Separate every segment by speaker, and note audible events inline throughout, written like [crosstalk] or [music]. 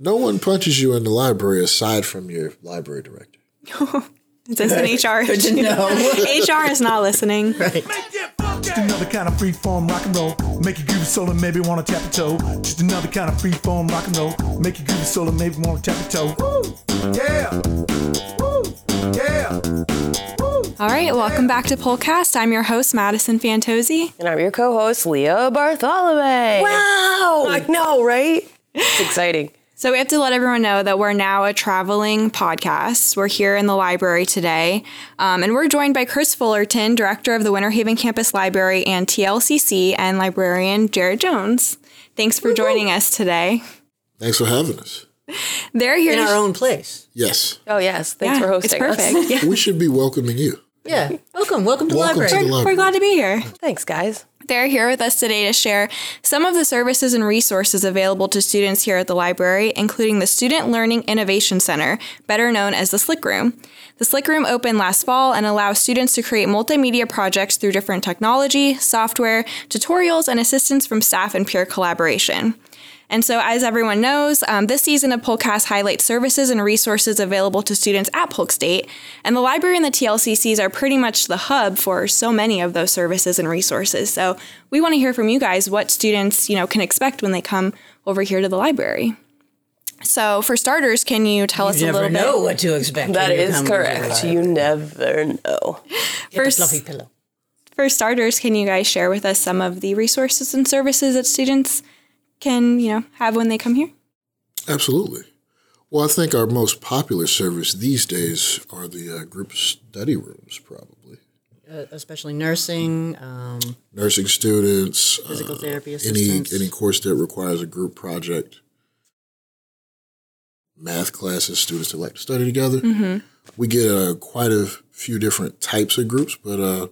Speaker 1: No one punches you in the library aside from your library director.
Speaker 2: It's
Speaker 3: [laughs]
Speaker 2: an HR.
Speaker 3: Good to know.
Speaker 2: HR is not listening.
Speaker 4: Just another kind of free form rock and roll. Make you groove solo, maybe wanna tap a toe. Just another kind of free form rock and roll. Make you groove solo, maybe wanna tap a toe. Woo! Yeah! Woo! Yeah!
Speaker 2: All right, welcome back to Pollcast. I'm your host, Madison Fantozzi.
Speaker 3: And I'm your co-host, Leah Bartholomew.
Speaker 2: Wow!
Speaker 3: I know, right? It's exciting.
Speaker 2: So we have to let everyone know that we're now a traveling podcast. We're here in the library today, um, and we're joined by Chris Fullerton, director of the Winter Haven Campus Library and TLCC, and librarian Jared Jones. Thanks for joining us today.
Speaker 1: Thanks for having us.
Speaker 2: They're here
Speaker 5: in
Speaker 2: to
Speaker 5: our own place.
Speaker 1: Yes.
Speaker 3: Oh yes,
Speaker 2: Yeah,
Speaker 3: thanks for hosting
Speaker 2: It's perfect.
Speaker 3: [laughs] us.
Speaker 2: Yeah.
Speaker 1: We should be welcoming you.
Speaker 5: Yeah. Welcome. Welcome to
Speaker 1: Welcome
Speaker 5: the
Speaker 1: to the
Speaker 5: library.
Speaker 1: library.
Speaker 2: We're glad to be here.
Speaker 3: Thanks, guys.
Speaker 2: They're here with us today to share some of the services and resources available to students here at the library, including the Student Learning Innovation Center, better known as the Slick Room. The Slick Room opened last fall and allows students to create multimedia projects through different technology, software, tutorials, and assistance from staff and peer collaboration. And so, as everyone knows, um, this season of Polkcast highlights services and resources available to students at Polk State. And the library and the TLCCs are pretty much the hub for so many of those services and resources. So, we want to hear from you guys what students you know can expect when they come over here to the library. So, for starters, can you tell us
Speaker 5: You
Speaker 2: a
Speaker 5: never
Speaker 2: little
Speaker 5: know
Speaker 2: bit?
Speaker 5: what to expect.
Speaker 3: That
Speaker 5: when you
Speaker 3: is
Speaker 5: come
Speaker 3: correct.
Speaker 5: over.
Speaker 3: You never know.
Speaker 5: Get the
Speaker 2: First-
Speaker 5: fluffy pillow.
Speaker 2: For starters, can you guys share with us some of the resources and services that students can you know have when they come here?
Speaker 1: Absolutely. Well, I think our most popular service these days are the uh, group study rooms, probably.
Speaker 5: Uh, especially nursing, um,
Speaker 1: Nursing students, uh,
Speaker 5: physical therapy
Speaker 1: any
Speaker 5: assistants.
Speaker 1: any course that requires a group project, math classes, students that like to study together.
Speaker 5: Mm-hmm.
Speaker 1: We get uh, quite a few different types of groups, but uh,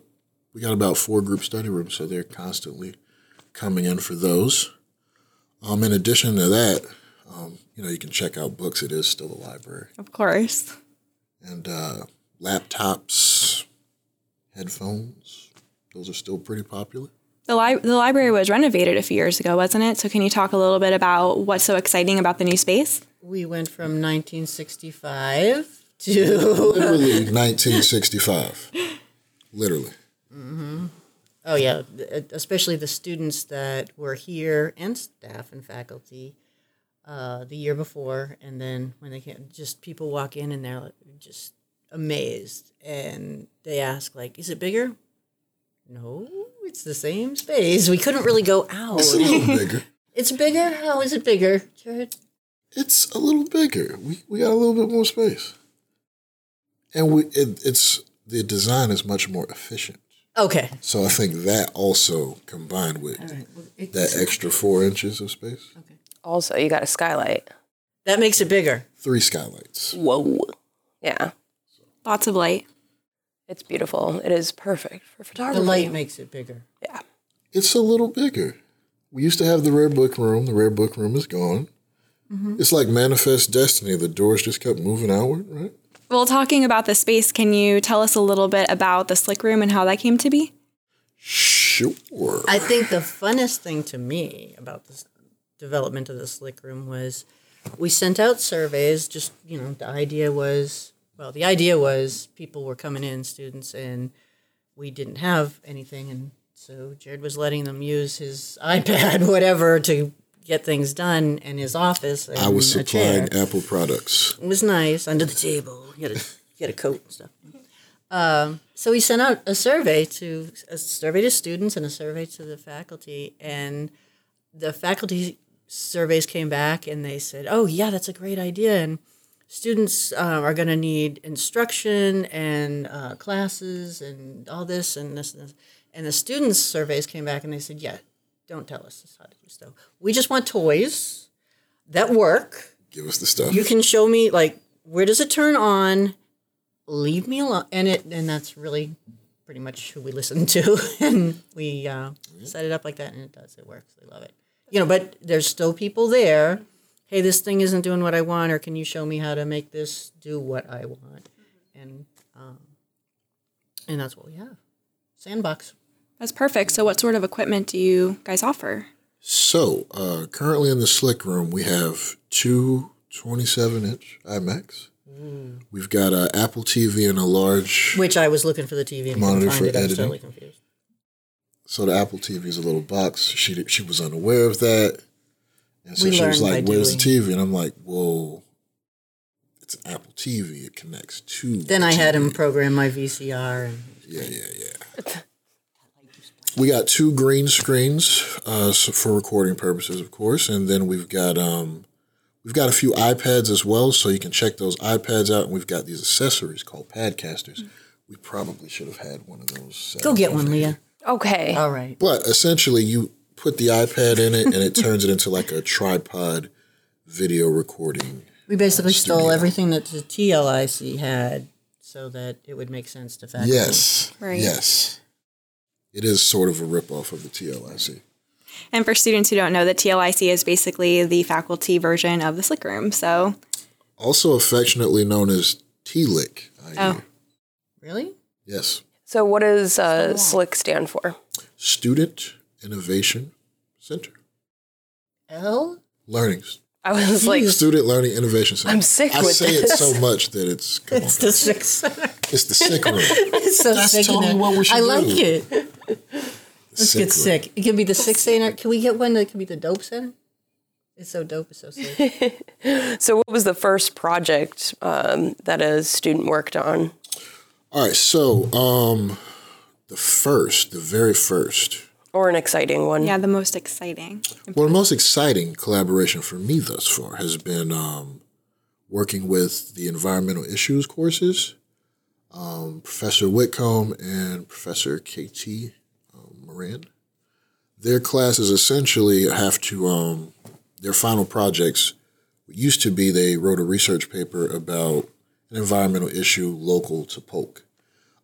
Speaker 1: we got about four group study rooms, so they're constantly coming in for those. Um, in addition to that, um, you know, you can check out books. It is still a library,
Speaker 2: Of course.
Speaker 1: and uh, laptops, headphones. Those are still pretty popular.
Speaker 2: The, li- the library was renovated a few years ago, wasn't it? So, can you talk a little bit about what's so exciting about the new space?
Speaker 5: We went from 1965 to
Speaker 1: literally 1965 literally
Speaker 5: oh yeah, th- especially the students that were here and staff and faculty uh, the year before, and then when they can just people walk in and they're like, just amazed, and they ask like, "Is it bigger?" No, it's the same space. We couldn't really go
Speaker 1: [laughs]
Speaker 5: out.
Speaker 1: it's a little bigger
Speaker 5: It's bigger. How is it bigger, Jared?
Speaker 1: it's a little bigger we, we got a little bit more space and we it, it's the design is much more efficient
Speaker 5: Okay.
Speaker 1: so i think that also combined with that extra four inches of space
Speaker 3: Also, you got a skylight.
Speaker 5: That makes it bigger.
Speaker 1: three skylights
Speaker 3: Whoa. Yeah,
Speaker 2: Lots of light.
Speaker 3: it's beautiful. It is perfect for
Speaker 5: The
Speaker 3: photography.
Speaker 5: light makes it bigger.
Speaker 3: Yeah.
Speaker 1: it's a little bigger we used to have the rare book room the rare book room is gone it's like manifest destiny the doors just kept moving outward right
Speaker 2: Well, talking about the space, can you tell us a little bit about the Slick Room and how that came to be?
Speaker 1: sure
Speaker 5: I think the funnest thing to me about this development of the slick room was we sent out surveys. Just you know, the idea was well, the idea was people were coming in, students, and we didn't have anything, and so Jared was letting them use his [laughs] iPad, whatever, to get things done in his office. And
Speaker 1: I was
Speaker 5: Mm, a chair.
Speaker 1: supplying Apple products.
Speaker 5: It was nice under the table. He had a, he had a coat and stuff. Um, so we sent out a survey to a survey to students and a survey to the faculty, and the faculty surveys came back and they said, "Oh yeah, that's a great idea." And students uh, are going to need instruction and uh, classes and all this and this and this. And the students' surveys came back and they said, "Yeah, don't tell us how to do stuff. We just want toys that work."
Speaker 1: Give us the stuff.
Speaker 5: you can show me like where does it turn on leave me alone and it and that's really pretty much who we listen to [laughs] and we uh, set it up like that and it does it works they love it you know but there's still people there hey this thing isn't doing what i want or can you show me how to make this do what i want and um, and that's what we have sandbox
Speaker 2: That's perfect. So, what sort of equipment do you guys offer?
Speaker 1: So, uh, currently in the slick room, we have two 27 inch IMAX.
Speaker 5: Mm.
Speaker 1: We've got uh, Apple TV and a large.
Speaker 5: Which I was looking for the TV and
Speaker 1: Monitor
Speaker 5: couldn't find
Speaker 1: for
Speaker 5: it. I was
Speaker 1: editing.
Speaker 5: totally confused.
Speaker 1: So the Apple TV is a little box. She di- she was unaware of that, and so
Speaker 5: We
Speaker 1: she was
Speaker 5: learn
Speaker 1: like,
Speaker 5: by
Speaker 1: "Where's
Speaker 5: doing.
Speaker 1: the TV?" And I'm like, "Whoa, it's an Apple TV. It connects to."
Speaker 5: Then
Speaker 1: the
Speaker 5: I had
Speaker 1: TV."
Speaker 5: him program my VCR and
Speaker 1: Yeah, yeah, yeah. We got two green screens uh, so for recording purposes, of course, and then we've got um, we've got a few iPads as well, so you can check those iPads out. And we've got these accessories called Padcasters. We probably should have had one of those. set
Speaker 5: go
Speaker 1: up
Speaker 5: get one,
Speaker 1: already.
Speaker 5: Leah.
Speaker 3: Okay.
Speaker 5: All right.
Speaker 1: But essentially, you put the iPad in it, and it turns it into like a tripod video recording.
Speaker 5: We basically stole
Speaker 1: Studio.
Speaker 5: everything that the TLIC had so that it would make sense to faculty.
Speaker 1: Yes,
Speaker 2: Right.
Speaker 1: yes, it is sort of a ripoff of the TLIC.
Speaker 2: And for students who don't know, the TLIC is basically the faculty version of the Slick Room. So
Speaker 1: also affectionately known as TLIC. I e.
Speaker 2: Oh.
Speaker 5: Really?
Speaker 1: Yes.
Speaker 3: So what does uh, SLIC stand for?
Speaker 1: Student Innovation Center.
Speaker 5: L?
Speaker 1: Learnings.
Speaker 3: I was like,
Speaker 1: Student Learning Innovation Center.
Speaker 3: I'm sick
Speaker 1: I
Speaker 3: with
Speaker 1: say it
Speaker 3: this.
Speaker 1: so much that
Speaker 3: [laughs]
Speaker 1: it's come
Speaker 5: It's
Speaker 1: on.
Speaker 5: the sixth.
Speaker 1: it's the sick room.
Speaker 5: [laughs] It's so
Speaker 1: That's
Speaker 5: sick in
Speaker 1: totally
Speaker 5: it.
Speaker 1: what we should
Speaker 5: I like
Speaker 1: do.
Speaker 5: it. Let's get sick. It could be the sixth center. Can we get one that could be the dope center? It's so dope. It's
Speaker 1: [laughs]
Speaker 5: so sick.
Speaker 3: so what was the first project um, that a student worked on?
Speaker 1: All right, so um the first, the very first.
Speaker 3: Or an exciting one?
Speaker 2: yeah, the most exciting.
Speaker 1: Well, the most exciting collaboration for me thus far has been um, working with the environmental issues courses, um, Professor Whitcomb and Professor KT um, Moran. Their classes essentially have to, um, their final projects used to be they wrote a research paper about an environmental issue local to Polk.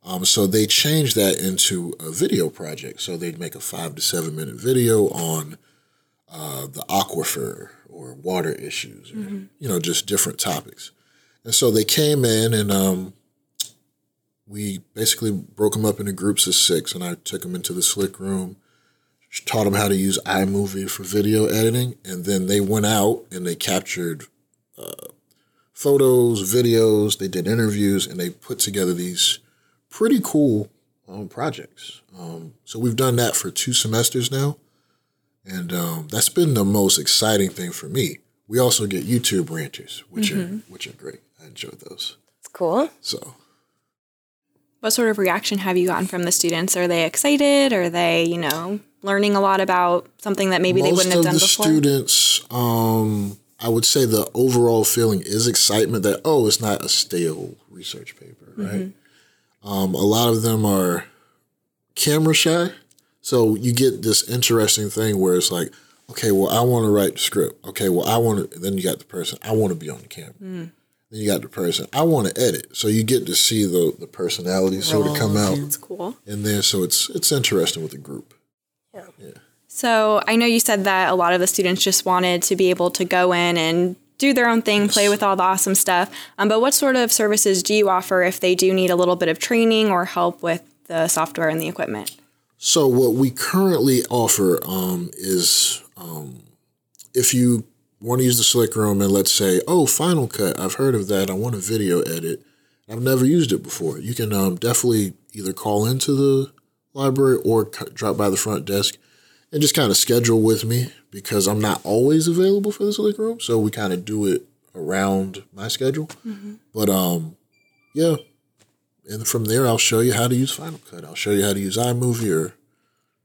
Speaker 1: Um, so they changed that into a video project. So they'd make a five to seven minute video on uh, the aquifer or water issues, or, you know, just different topics. And so they came in and um, we basically broke them up into groups of six, and I took them into the slick room, taught them how to use iMovie for video editing, and then they went out and they captured uh, photos, videos, they did interviews, and they put together these pretty cool um, projects. Um, so we've done that for two semesters now. And um, that's been the most exciting thing for me. We also get YouTube ranchers, which are which are great. I enjoy those.
Speaker 3: It's cool.
Speaker 1: So
Speaker 2: What sort of reaction have you gotten from the students? Are they excited? Are they, you know, learning a lot about something that maybe they
Speaker 1: most
Speaker 2: wouldn't
Speaker 1: of
Speaker 2: have done
Speaker 1: the
Speaker 2: before?
Speaker 1: students, um, I would say the overall feeling is excitement that oh, it's not a stale research paper,
Speaker 2: Mm-hmm.
Speaker 1: right? Um, a lot of them are camera shy, so you get this interesting thing where it's like, okay, well, I want to write the script. Okay, well, I want to. Then you got the person I want to be on the camera.
Speaker 2: Mm.
Speaker 1: Then you got the person I want to edit. So you get to see the the personality sort of come out
Speaker 2: That's cool.
Speaker 1: in there. So it's it's interesting with the group.
Speaker 2: So I know you said that a lot of the students just wanted to be able to go in and do their own thing, play with all the awesome stuff. Um, but what sort of services do you offer if they do need a little bit of training or help with the software and the equipment?
Speaker 1: So what we currently offer um, is um, if you want to use the slick room and let's say, oh, Final Cut, I've heard of that. I want to video edit. I've never used it before. You can um, definitely either call into the library or c- drop by the front desk and just kind of schedule with me because I'm not always available for the slick room. So we kind of do it around my schedule. But um, yeah, and from there I'll show you how to use Final Cut. I'll show you how to use iMovie or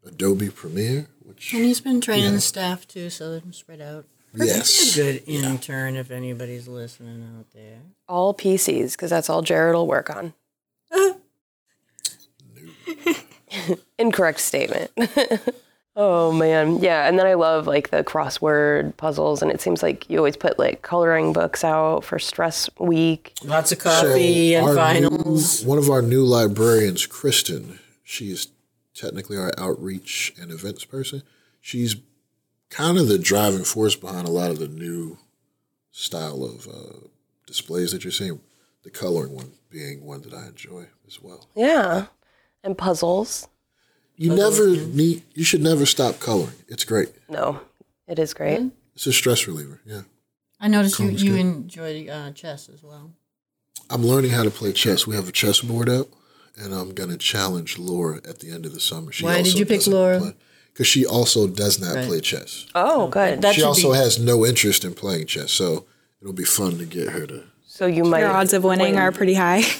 Speaker 1: Adobe Premiere, which
Speaker 5: And he's been training the staff too, so they're spread out.
Speaker 1: yes,
Speaker 5: Good intern if anybody's listening out there.
Speaker 3: All PCs, because that's all Jared will work on.
Speaker 5: Uh-huh.
Speaker 3: Incorrect statement. [laughs] oh man, yeah. And then I love like the crossword puzzles, and it seems like you always put like coloring books out for stress week.
Speaker 5: Lots of coffee
Speaker 1: So
Speaker 5: and
Speaker 1: our new-
Speaker 5: vinyls.
Speaker 1: one of our new librarians, Kristen, she is technically our outreach and events person. She's kind of the driving force behind a lot of the new style of uh, displays that you're seeing. The coloring one being one that I enjoy as well.
Speaker 3: Yeah, and puzzles.
Speaker 1: You never need. You should never stop coloring. It's great.
Speaker 2: Mm-hmm.
Speaker 3: No, it is great.
Speaker 1: It's a stress reliever. Yeah.
Speaker 5: I noticed you,
Speaker 1: Cool, that's
Speaker 5: you
Speaker 1: good.
Speaker 5: enjoy uh, chess as well.
Speaker 1: I'm learning how to play chess. We have a chess board up, and I'm going to challenge Laura at the end of the summer. She
Speaker 5: Why did you pick Laura?
Speaker 1: Because she also does not
Speaker 5: Right.
Speaker 1: play chess.
Speaker 3: Oh, good.
Speaker 5: That
Speaker 1: she
Speaker 5: should
Speaker 1: also
Speaker 5: be,
Speaker 1: has no interest in playing chess, so it'll be fun to get her to.
Speaker 3: so you might.
Speaker 2: Your odds of winning are pretty high. [laughs]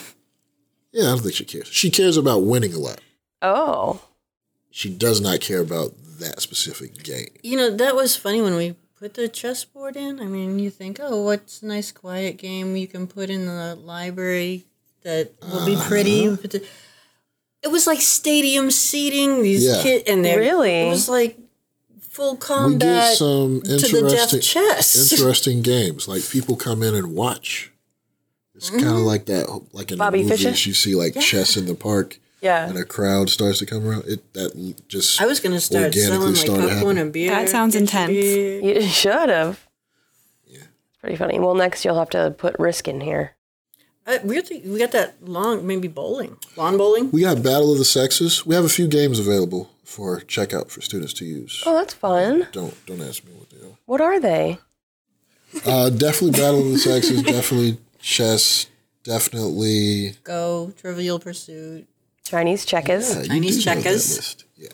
Speaker 1: Yeah, I don't think she cares. She cares about winning a lot.
Speaker 3: Oh,
Speaker 1: She does not care about that specific game.
Speaker 5: you know, that was funny when we put the chessboard in. I mean, you think, oh, what's a nice quiet game you can put in the library that will be
Speaker 1: Uh-huh.
Speaker 5: pretty. You put the- It was like stadium seating. These
Speaker 1: Yeah.
Speaker 5: kids and they
Speaker 3: Really?
Speaker 5: it was like full
Speaker 1: We did
Speaker 5: combat.
Speaker 1: some
Speaker 5: to the death
Speaker 1: interesting,
Speaker 5: chess.
Speaker 1: interesting games. Like people come in and watch. It's
Speaker 5: Mm-hmm.
Speaker 1: kind of like that, like in
Speaker 3: Bobby
Speaker 1: the movies,
Speaker 3: Fischer?
Speaker 1: you see like chess in the park.
Speaker 3: yeah.
Speaker 1: and a crowd starts to come around, it that l- just
Speaker 5: [laughs] I was going to start selling
Speaker 1: organically
Speaker 5: like
Speaker 1: started
Speaker 5: popcorn
Speaker 1: happening.
Speaker 5: and beer.
Speaker 2: That sounds
Speaker 5: Get your
Speaker 2: intense.
Speaker 5: beer.
Speaker 3: You should have. It's pretty funny. Well, next you'll have to put risk in here.
Speaker 5: Uh, weirdly, we got that long, maybe bowling, lawn bowling.
Speaker 1: We got Battle of the Sexes. We have a few games available for checkout for students to use.
Speaker 3: Oh, that's fun.
Speaker 1: Don't don't ask me what they are.
Speaker 3: What are they?
Speaker 1: Uh, definitely Battle of the
Speaker 5: [laughs]
Speaker 1: Sexes. Definitely chess. Definitely
Speaker 5: Go, Trivial Pursuit.
Speaker 3: Chinese checkers.
Speaker 1: Yeah, you
Speaker 5: Chinese
Speaker 1: do know that
Speaker 5: checkers.
Speaker 1: list. Yeah,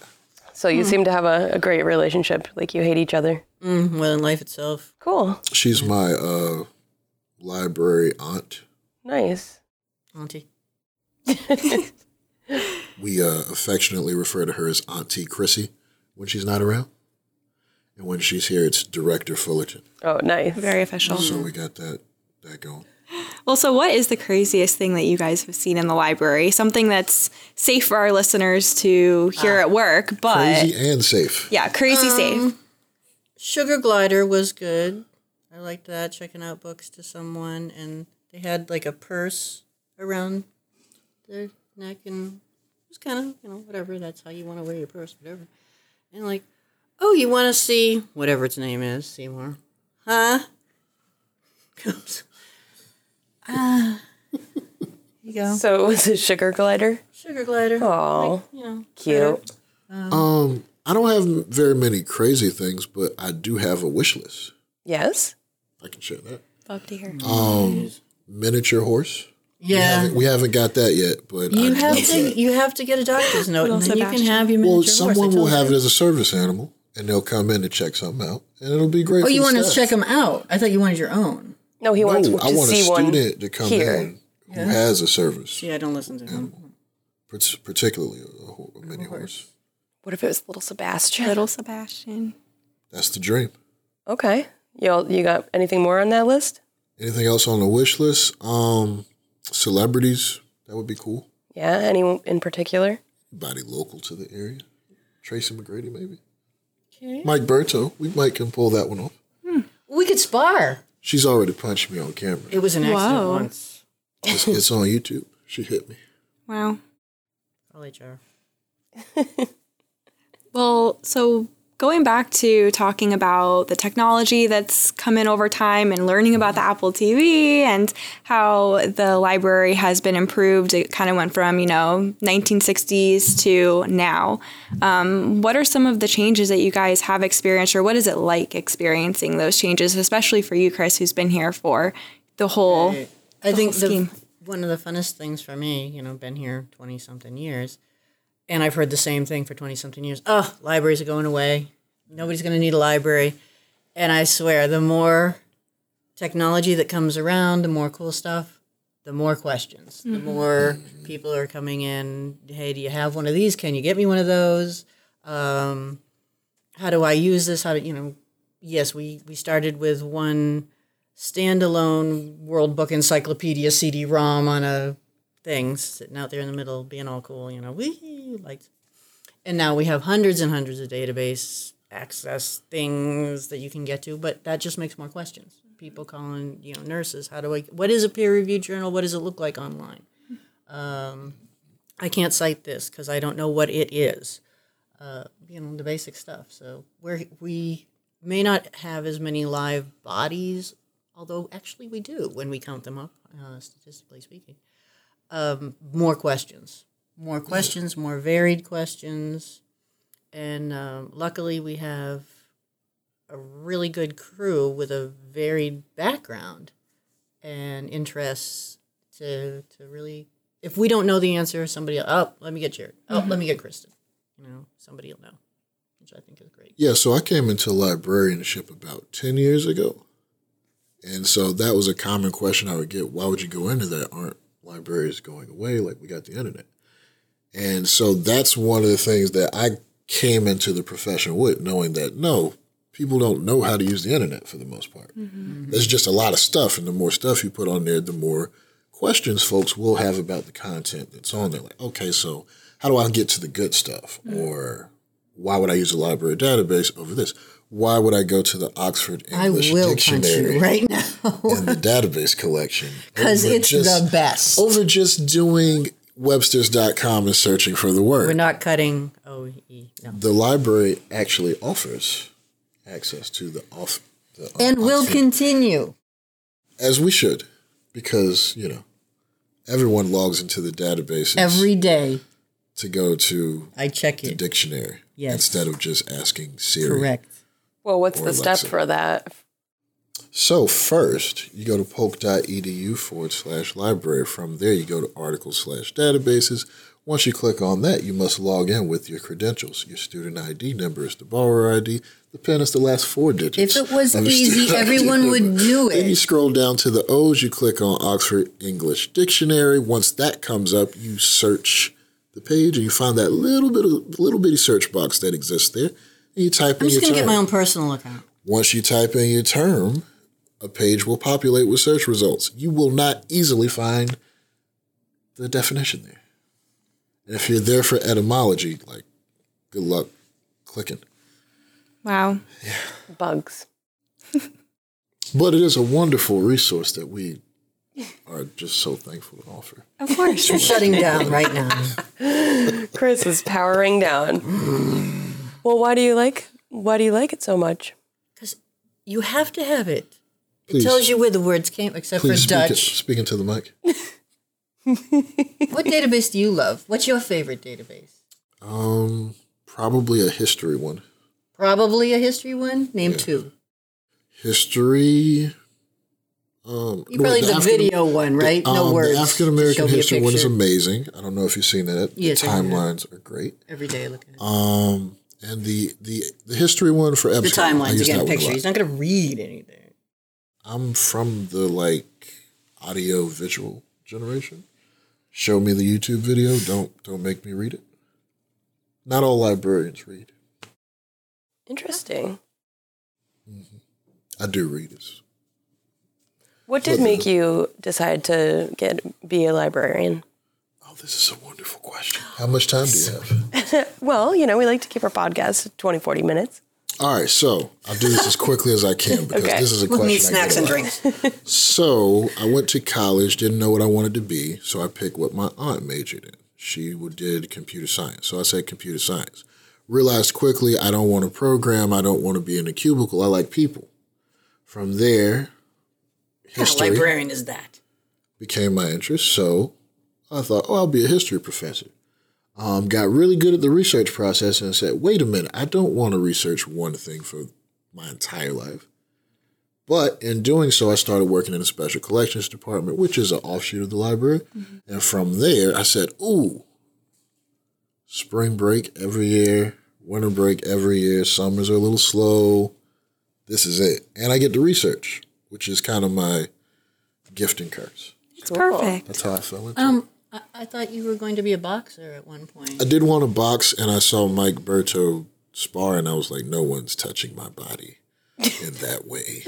Speaker 3: So
Speaker 2: Hmm.
Speaker 3: you seem to have a, a great relationship. Like you hate each other.
Speaker 5: Mm, more than life itself.
Speaker 3: Cool.
Speaker 1: she's my uh, library aunt.
Speaker 3: Nice.
Speaker 5: Auntie.
Speaker 1: We uh, affectionately refer to her as Auntie Chrissy when she's not around, and when she's here, it's Director Fullerton.
Speaker 3: Oh, nice.
Speaker 2: Very official.
Speaker 1: So
Speaker 5: Mm.
Speaker 1: we got that that going.
Speaker 2: Well, so what is the craziest thing that you guys have seen in the library? Something that's safe for our listeners to
Speaker 1: Ah.
Speaker 2: hear at work, but
Speaker 1: Crazy and safe.
Speaker 2: yeah, crazy safe.
Speaker 5: Sugar Glider was good. I liked that. Checking out books to someone, and they had like a purse around their neck, and it was kind of you know whatever. That's how you want to wear your purse, whatever. And like, oh, you want to see whatever its name is, Seymour, huh? [laughs] Comes. Ah, you go.
Speaker 3: So [laughs] it was a sugar glider.
Speaker 5: Sugar Glider.
Speaker 3: Aw.
Speaker 5: Like, you know,
Speaker 3: Cute.
Speaker 1: Um, I don't have m- very many crazy things, but I do have a wish list.
Speaker 3: Yes.
Speaker 1: I can share that.
Speaker 2: Love to hear.
Speaker 1: Um, miniature horse.
Speaker 5: Yeah.
Speaker 1: We haven't got that yet, but
Speaker 5: You
Speaker 1: I'd love
Speaker 5: have to
Speaker 1: that.
Speaker 5: you have to get a doctor's note, and then you can
Speaker 2: Sebastian.
Speaker 5: have your miniature
Speaker 1: Well,
Speaker 5: horse.
Speaker 1: someone
Speaker 5: I
Speaker 1: will
Speaker 5: told
Speaker 1: have it
Speaker 5: you.
Speaker 1: as a service animal, and they'll come in to check something out, and it'll be great.
Speaker 5: Oh,
Speaker 1: for
Speaker 5: you
Speaker 1: the
Speaker 5: want to
Speaker 1: staff.
Speaker 5: check them out? I thought you wanted your own.
Speaker 3: No, he
Speaker 1: No,
Speaker 3: wants
Speaker 1: I
Speaker 3: to
Speaker 1: want a
Speaker 3: see one
Speaker 1: student to come
Speaker 3: here.
Speaker 1: in who has a service,
Speaker 5: Yeah, I don't listen to him.
Speaker 1: partic- particularly a, ho- a mini horse.
Speaker 3: What if it was little Sebastian?
Speaker 2: Little Sebastian.
Speaker 1: That's the dream.
Speaker 3: Okay. Y'all, you got anything more on that list?
Speaker 1: Anything else on the wish list? Um, celebrities. That would be cool.
Speaker 3: Yeah. Any in particular?
Speaker 1: Anybody local to the area? Tracy McGrady, maybe. Mike Berto. We might can pull that one off.
Speaker 5: We could spar.
Speaker 1: She's already punched me on camera.
Speaker 5: It was an accident
Speaker 2: Whoa.
Speaker 5: once.
Speaker 1: It's, it's on YouTube. She hit me.
Speaker 2: Wow.
Speaker 5: Call HR.
Speaker 2: Well, so going back to talking about the technology that's come in over time and learning about the Apple TV and how the library has been improved, it kind of went from, you know, 1960s to now. Um, what are some of the changes that you guys have experienced, or what is it like experiencing those changes, especially for you, Chris, who's been here for the whole?
Speaker 5: I
Speaker 2: The
Speaker 5: think
Speaker 2: whole
Speaker 5: the,
Speaker 2: scheme.
Speaker 5: one of the funnest things for me, you know, been here 20 something years, and I've heard the same thing for 20 something years. Oh, libraries are going away. Nobody's going to need a library. And I swear, the more technology that comes around, the more cool stuff, the more questions, the
Speaker 2: Mm-hmm.
Speaker 5: more people are coming in. Hey, do you have one of these? Can you get me one of those? Um, how do I use this? How do you know? Yes, we, we started with one standalone World Book Encyclopedia CD-ROM on a thing sitting out there in the middle, being all cool, you know, we like. And now we have hundreds and hundreds of database access things that you can get to, but that just makes more questions. People calling, you know, nurses, how do I? What is a peer-reviewed journal? What does it look like online? Um, I can't cite this because I don't know what it is. Uh, you know, the basic stuff. So we're we may not have as many live bodies although actually we do when we count them up, uh, statistically speaking. Um, more questions, more questions, more varied questions, and um, luckily we have a really good crew with a varied background and interests to to really. If we don't know the answer, somebody oh let me get Jared. Oh let
Speaker 6: Mm-hmm.
Speaker 5: me get Kristen. You know somebody will know, which I think is great.
Speaker 1: Yeah, so I came into librarianship about 10 years ago. And so that was a common question I would get. Why would you go into that? Aren't libraries going away? Like, we got the internet. And so that's one of the things that I came into the profession with, knowing that no, people don't know how to use the internet for the most part.
Speaker 6: Mm-hmm.
Speaker 1: There's just a lot of stuff. And the more stuff you put on there, the more questions folks will have about the content that's on there. Like, okay, so how do I get to the good stuff?
Speaker 6: Mm.
Speaker 1: Or why would I use a library database over this? Why would I go to the Oxford English
Speaker 6: I will punch
Speaker 1: Dictionary
Speaker 6: you right now [laughs]
Speaker 1: and the database collection?
Speaker 6: because
Speaker 1: over
Speaker 6: it's
Speaker 1: just-
Speaker 6: the best.
Speaker 1: Over just doing Webster's.com and searching for the word.
Speaker 5: We're not cutting OE. No.
Speaker 1: the library actually offers access to the off. The
Speaker 6: and we'll
Speaker 1: Oxford-
Speaker 6: continue.
Speaker 1: as we should, because you know everyone logs into the databases
Speaker 6: Every day.
Speaker 1: to go to
Speaker 6: I check
Speaker 1: the dictionary
Speaker 6: Yes.
Speaker 1: instead of just asking Siri.
Speaker 6: Correct.
Speaker 3: Well, what's
Speaker 1: Or
Speaker 3: the step
Speaker 1: Alexa.
Speaker 3: for that?
Speaker 1: So first, you go to polk.edu forward slash library. From there, you go to articles slash databases. Once you click on that, you must log in with your credentials. Your student ID number is the borrower ID. The pen is the last four digits.
Speaker 6: If it was
Speaker 1: of your
Speaker 6: easy,
Speaker 1: student ID
Speaker 6: everyone
Speaker 1: number.
Speaker 6: would do
Speaker 1: Then you
Speaker 6: it.
Speaker 1: scroll down to the O's. You click on Oxford English Dictionary. Once that comes up, you search the page and you find that little bit of little bitty search box that exists there. And you type
Speaker 5: I'm
Speaker 1: in your
Speaker 5: just gonna
Speaker 1: term.
Speaker 5: get my own personal account.
Speaker 1: Once you type in your term, a page will populate with search results. You will not easily find the definition there. And if you're there for etymology, like, good luck clicking.
Speaker 2: Wow.
Speaker 3: Bugs.
Speaker 1: But it is a wonderful resource that we are just so thankful to offer.
Speaker 2: Of
Speaker 5: [laughs]
Speaker 2: course.
Speaker 5: You're shutting down right now.
Speaker 3: Chris is powering down. well, why do you like why do you like it so much?
Speaker 5: Because [laughs] you have to have it. It
Speaker 1: Please.
Speaker 5: tells you where the words came, except
Speaker 1: Please
Speaker 5: for
Speaker 1: speak it,
Speaker 5: Dutch. [laughs]
Speaker 1: speak into the mic.
Speaker 5: what database do you love? What's your favorite database?
Speaker 1: Um, probably a history one.
Speaker 5: Probably a history one. Name two.
Speaker 1: History. Um,
Speaker 5: You probably
Speaker 1: the
Speaker 5: the,
Speaker 1: African-
Speaker 5: video one, right? no
Speaker 1: um,
Speaker 5: words.
Speaker 1: The African American
Speaker 5: Show me a
Speaker 1: history one is
Speaker 5: picture.
Speaker 1: amazing. I don't know if you've seen that.
Speaker 5: Yes,
Speaker 1: the
Speaker 5: I have.
Speaker 1: timelines are great.
Speaker 5: Every day I look at it.
Speaker 1: Um, and the the the history one for
Speaker 5: the
Speaker 1: Epsilon, I
Speaker 5: timelines
Speaker 1: use
Speaker 5: again,
Speaker 1: that one a
Speaker 5: picture.
Speaker 1: lot.
Speaker 5: He's not going to read anything.
Speaker 1: I'm from the like audio visual generation. Show me the YouTube video. Don't don't make me read it. Not all librarians read.
Speaker 3: Interesting.
Speaker 1: I do read it.
Speaker 3: What did make you decide to get be a librarian? [laughs]
Speaker 1: Oh, this is a wonderful question. How much time do you have?
Speaker 5: [gasps]
Speaker 3: Well, you know, we like to keep our podcast 20, 40 minutes.
Speaker 1: All right, so I'll do this as quickly as I can because
Speaker 3: Okay.
Speaker 1: this is a
Speaker 5: We'll
Speaker 1: question.
Speaker 5: need
Speaker 1: I
Speaker 5: snacks
Speaker 1: get a
Speaker 5: and
Speaker 1: lot.
Speaker 5: drinks.
Speaker 1: So I went to college, didn't know what I wanted to be, so I picked what my aunt majored in. She would- did computer science, so I said computer science. Realized quickly I don't want to program, I don't want to be in a cubicle, I like people. From there,
Speaker 5: What
Speaker 1: history
Speaker 5: librarian is that?
Speaker 1: became my interest, so I thought, oh, I'll be a history professor. Um, got really good at the research process and said, wait a minute, I don't want to research one thing for my entire life. But in doing so, I started working in the special collections department, which is an offshoot of the library. And from there, I said, ooh, spring break every year, winter break every year, summers are a little slow. This is it. And I get to research, which is kind of my gift and curse.
Speaker 2: It's perfect.
Speaker 1: That's how I fell into it.
Speaker 5: Um, I, I thought you were going to be a boxer at one point.
Speaker 1: I did want a box, and I saw Mike Berto spar, and I was like, no one's touching my body in that way.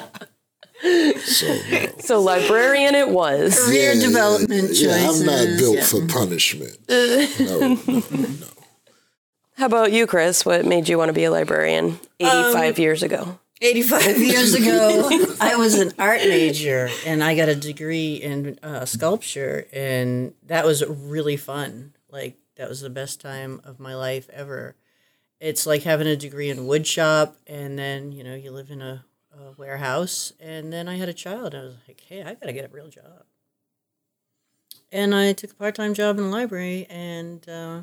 Speaker 5: [laughs]
Speaker 1: so, no.
Speaker 3: So librarian it was.
Speaker 5: Career development
Speaker 1: Yeah,
Speaker 5: choices.
Speaker 1: I'm not built
Speaker 5: Yeah. Uh,
Speaker 1: for
Speaker 5: [laughs]
Speaker 1: punishment. No, no, no.
Speaker 3: How about you, Chris? What made you want to be a librarian 85
Speaker 5: Um,
Speaker 3: years ago?
Speaker 5: 85 years [laughs] ago, I was an art major and I got a degree in uh, sculpture, and that was really fun. Like, that was the best time of my life ever. It's like having a degree in wood shop, and then, you know, you live in a, a warehouse. And then I had a child. I was like, hey, I got to get a real job. And I took a part time job in the library, and uh,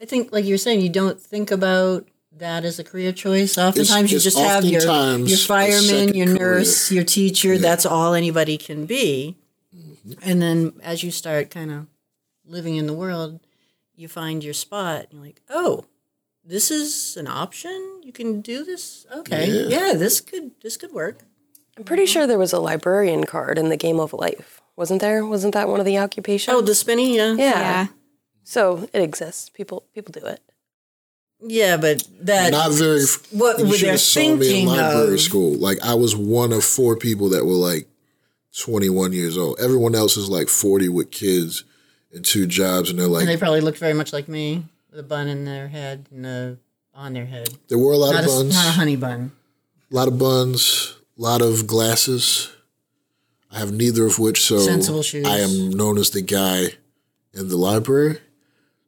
Speaker 5: I think, like you were saying, you don't think about that is a career choice. Oftentimes, you
Speaker 1: it's
Speaker 5: just have your
Speaker 1: oftentimes
Speaker 5: your
Speaker 1: a
Speaker 5: fireman,
Speaker 1: second
Speaker 5: your nurse,
Speaker 1: career.
Speaker 5: your teacher. That's all anybody can be.
Speaker 1: Mm-hmm.
Speaker 5: And then, as you start kind of living in the world, you find your spot. And you're like, oh, this is an option. You can do this. Okay, yeah, this could this could work.
Speaker 3: I'm pretty sure there was a librarian card in the Game of Life, wasn't there? Wasn't that one of the occupations?
Speaker 5: Oh, the spinning, yeah, yeah,
Speaker 3: yeah.
Speaker 2: Yeah.
Speaker 3: So it exists. People people do
Speaker 5: [gasps]
Speaker 3: it.
Speaker 5: but that
Speaker 1: Not very.
Speaker 5: what
Speaker 1: you
Speaker 5: were
Speaker 1: should
Speaker 5: they
Speaker 1: have saw me in
Speaker 5: thinking
Speaker 1: library
Speaker 5: of?
Speaker 1: school. Like I was one of four people that were like 21 years old. Everyone else is like 40 with kids and two jobs, and they're like
Speaker 5: And they probably looked very much like me, with a bun in their head and a on their head.
Speaker 1: there were a lot
Speaker 5: Not
Speaker 1: of
Speaker 5: a,
Speaker 1: buns,
Speaker 5: not a honey bun.
Speaker 1: a lot of buns, a lot of glasses. I have neither of which, so
Speaker 5: Sensible shoes.
Speaker 1: I am known as the guy in the library.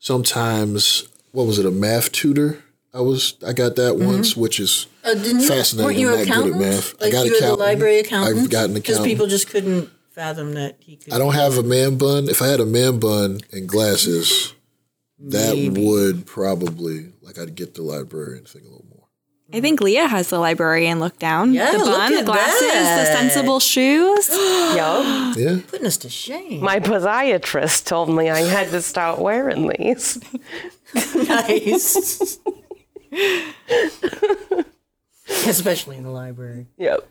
Speaker 1: Sometimes, what was it? A math tutor. I was. I got that
Speaker 5: Mm-hmm.
Speaker 1: once, which is
Speaker 5: Uh, didn't you,
Speaker 1: Fascinating.
Speaker 5: Weren't you
Speaker 1: I'm not good at
Speaker 5: accountant?
Speaker 1: math. I got
Speaker 5: Like you were the
Speaker 1: accountant.
Speaker 5: library
Speaker 1: I've
Speaker 5: accountant.
Speaker 1: gotten
Speaker 5: because
Speaker 1: accountant.
Speaker 5: people just couldn't fathom that he could.
Speaker 1: I don't have a man bun. If I had a man bun and glasses, that would probably like I'd get the library and think a little more.
Speaker 2: I think Leah has the librarian look down.
Speaker 5: Yeah,
Speaker 2: the
Speaker 5: look
Speaker 2: bun, the
Speaker 5: at
Speaker 2: glasses, the
Speaker 5: that.
Speaker 2: sensible
Speaker 5: [gasps]
Speaker 2: shoes.
Speaker 5: Ah.
Speaker 3: Yeah.
Speaker 1: Yeah.
Speaker 5: putting us to shame.
Speaker 3: My podiatrist told me I had to start wearing these.
Speaker 5: Nice. [laughs] Especially in the library.
Speaker 3: Yep.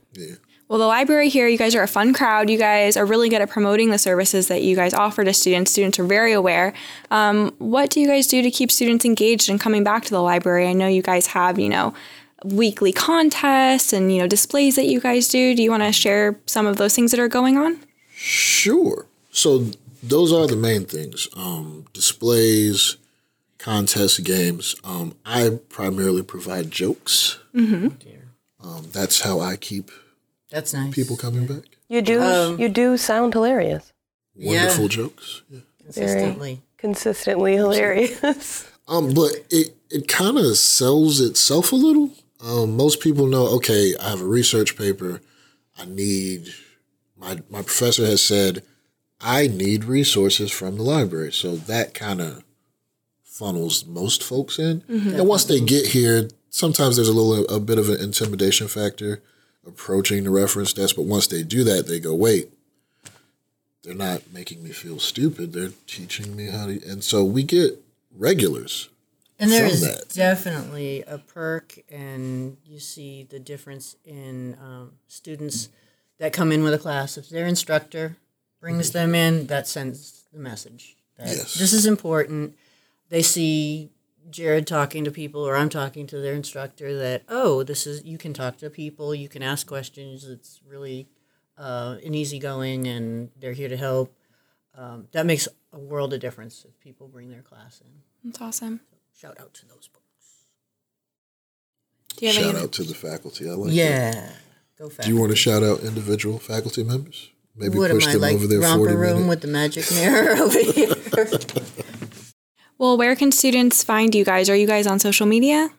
Speaker 2: Well, the library here, you guys are a fun crowd. You guys are really good at promoting the services that you guys offer to students. Students are very aware. Um, what do you guys do to keep students engaged and coming back to the library? I know you guys have, you know, weekly contests and, you know, displays that you guys do. Do you want to share some of those things that are going on?
Speaker 1: Sure. So those are the main things: um, displays, contests, games. Um, I primarily provide jokes. Um, that's how I keep
Speaker 5: Oh, That's nice.
Speaker 1: people coming back.
Speaker 3: You do
Speaker 5: Um,
Speaker 3: you do sound hilarious.
Speaker 5: Yeah.
Speaker 1: Wonderful jokes. Yeah.
Speaker 5: consistently.
Speaker 3: Consistently hilarious.
Speaker 1: Um, but it it kind of sells itself a little. Um, most people know. Okay, I have a research paper. I need my my professor has said I need resources from the library, so that kind of funnels most folks in. And once they get here, sometimes there's a little a bit of an intimidation factor approaching the reference desk. But once they do that, they go, wait, they're not making me feel stupid. They're teaching me how to. And so we get regulars.
Speaker 5: And there
Speaker 1: From
Speaker 5: is
Speaker 1: that.
Speaker 5: definitely a perk, and you see the difference in um, students that come in with a class. If their instructor brings them in, that sends the message that
Speaker 1: Yes.
Speaker 5: this is important. They see Jared talking to people, or I'm talking to their instructor. That oh, this is you can talk to people, you can ask questions. It's really uh, an easygoing, and they're here to help. Um, that makes a world of difference if people bring their class in.
Speaker 2: That's awesome.
Speaker 5: Shout out to those books.
Speaker 2: Do you have
Speaker 1: shout
Speaker 2: any?
Speaker 1: out to the faculty. I like that.
Speaker 5: Yeah. Go fast.
Speaker 1: Do you want to shout out individual faculty members? Maybe
Speaker 5: what
Speaker 1: push
Speaker 5: am I
Speaker 1: them
Speaker 5: like
Speaker 1: over their
Speaker 5: romper
Speaker 1: 40
Speaker 5: room
Speaker 1: minute.
Speaker 5: with the magic mirror [laughs]
Speaker 1: [laughs]
Speaker 5: over here?
Speaker 2: Well, where can students find you guys? Are you guys on social media?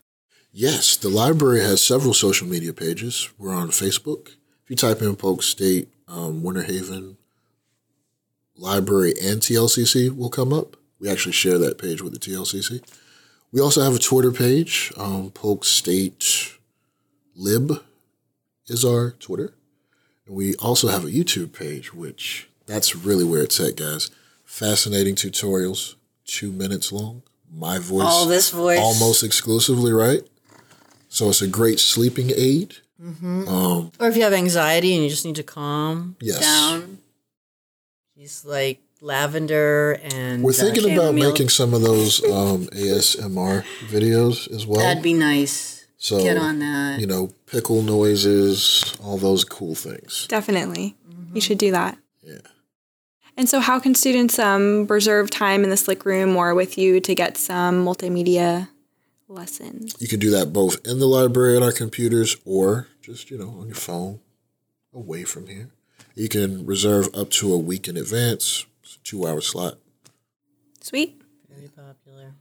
Speaker 1: Yes, the library has several social media pages. We're on Facebook. If you type in Polk State, um, Winter Haven Library, and TLCC will come up. We actually share that page with the TLCC. We also have a Twitter page. Um, Polk State Lib is our Twitter. And we also have a YouTube page, which that's really where it's at, guys. Fascinating tutorials, two minutes long. My voice.
Speaker 5: All this voice.
Speaker 1: Almost exclusively, right? So it's a great sleeping aid.
Speaker 5: Mm-hmm.
Speaker 1: Um,
Speaker 5: or if you have anxiety and you just need to calm
Speaker 1: Yes.
Speaker 5: down, he's like lavender and.
Speaker 1: we're
Speaker 5: uh,
Speaker 1: thinking about
Speaker 5: chamomile.
Speaker 1: making some of those um, ASMR videos as well.
Speaker 5: That'd be nice.
Speaker 1: so
Speaker 5: Get on that.
Speaker 1: You know, pickle noises, all those cool things.
Speaker 2: Definitely. You should do that.
Speaker 1: Yeah.
Speaker 2: And so, how can students um, reserve time in the Slick Room or with you to get some multimedia lessons?
Speaker 1: You can do that both in the library at our computers or just, you know, on your phone away from here. You can reserve up to a week in advance, It's a two hour slot.
Speaker 2: Sweet.
Speaker 5: Very popular.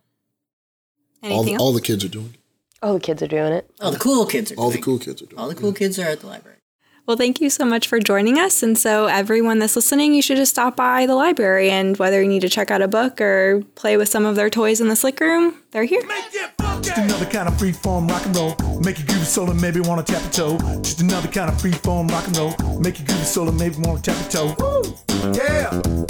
Speaker 1: All
Speaker 2: Anything
Speaker 1: the,
Speaker 2: else?
Speaker 1: all the kids are doing it.
Speaker 3: All the kids are doing it.
Speaker 5: All the cool kids are
Speaker 1: All the
Speaker 5: doing
Speaker 1: cool kids are
Speaker 5: it.
Speaker 1: doing
Speaker 5: All
Speaker 1: it.
Speaker 5: the cool kids are at the library.
Speaker 2: Well, thank you so much for joining us. And so, everyone that's listening, you should just stop by the library and whether you need to check out a book or play with some of their toys in the Slick Room, they're here.
Speaker 4: Make that funky. Just another kind of free form rock and roll. Make you groove solo, maybe wanna tap a toe. Just another kind of free form rock and roll. Make you groove solo, maybe wanna tap a toe. Woo! Yeah!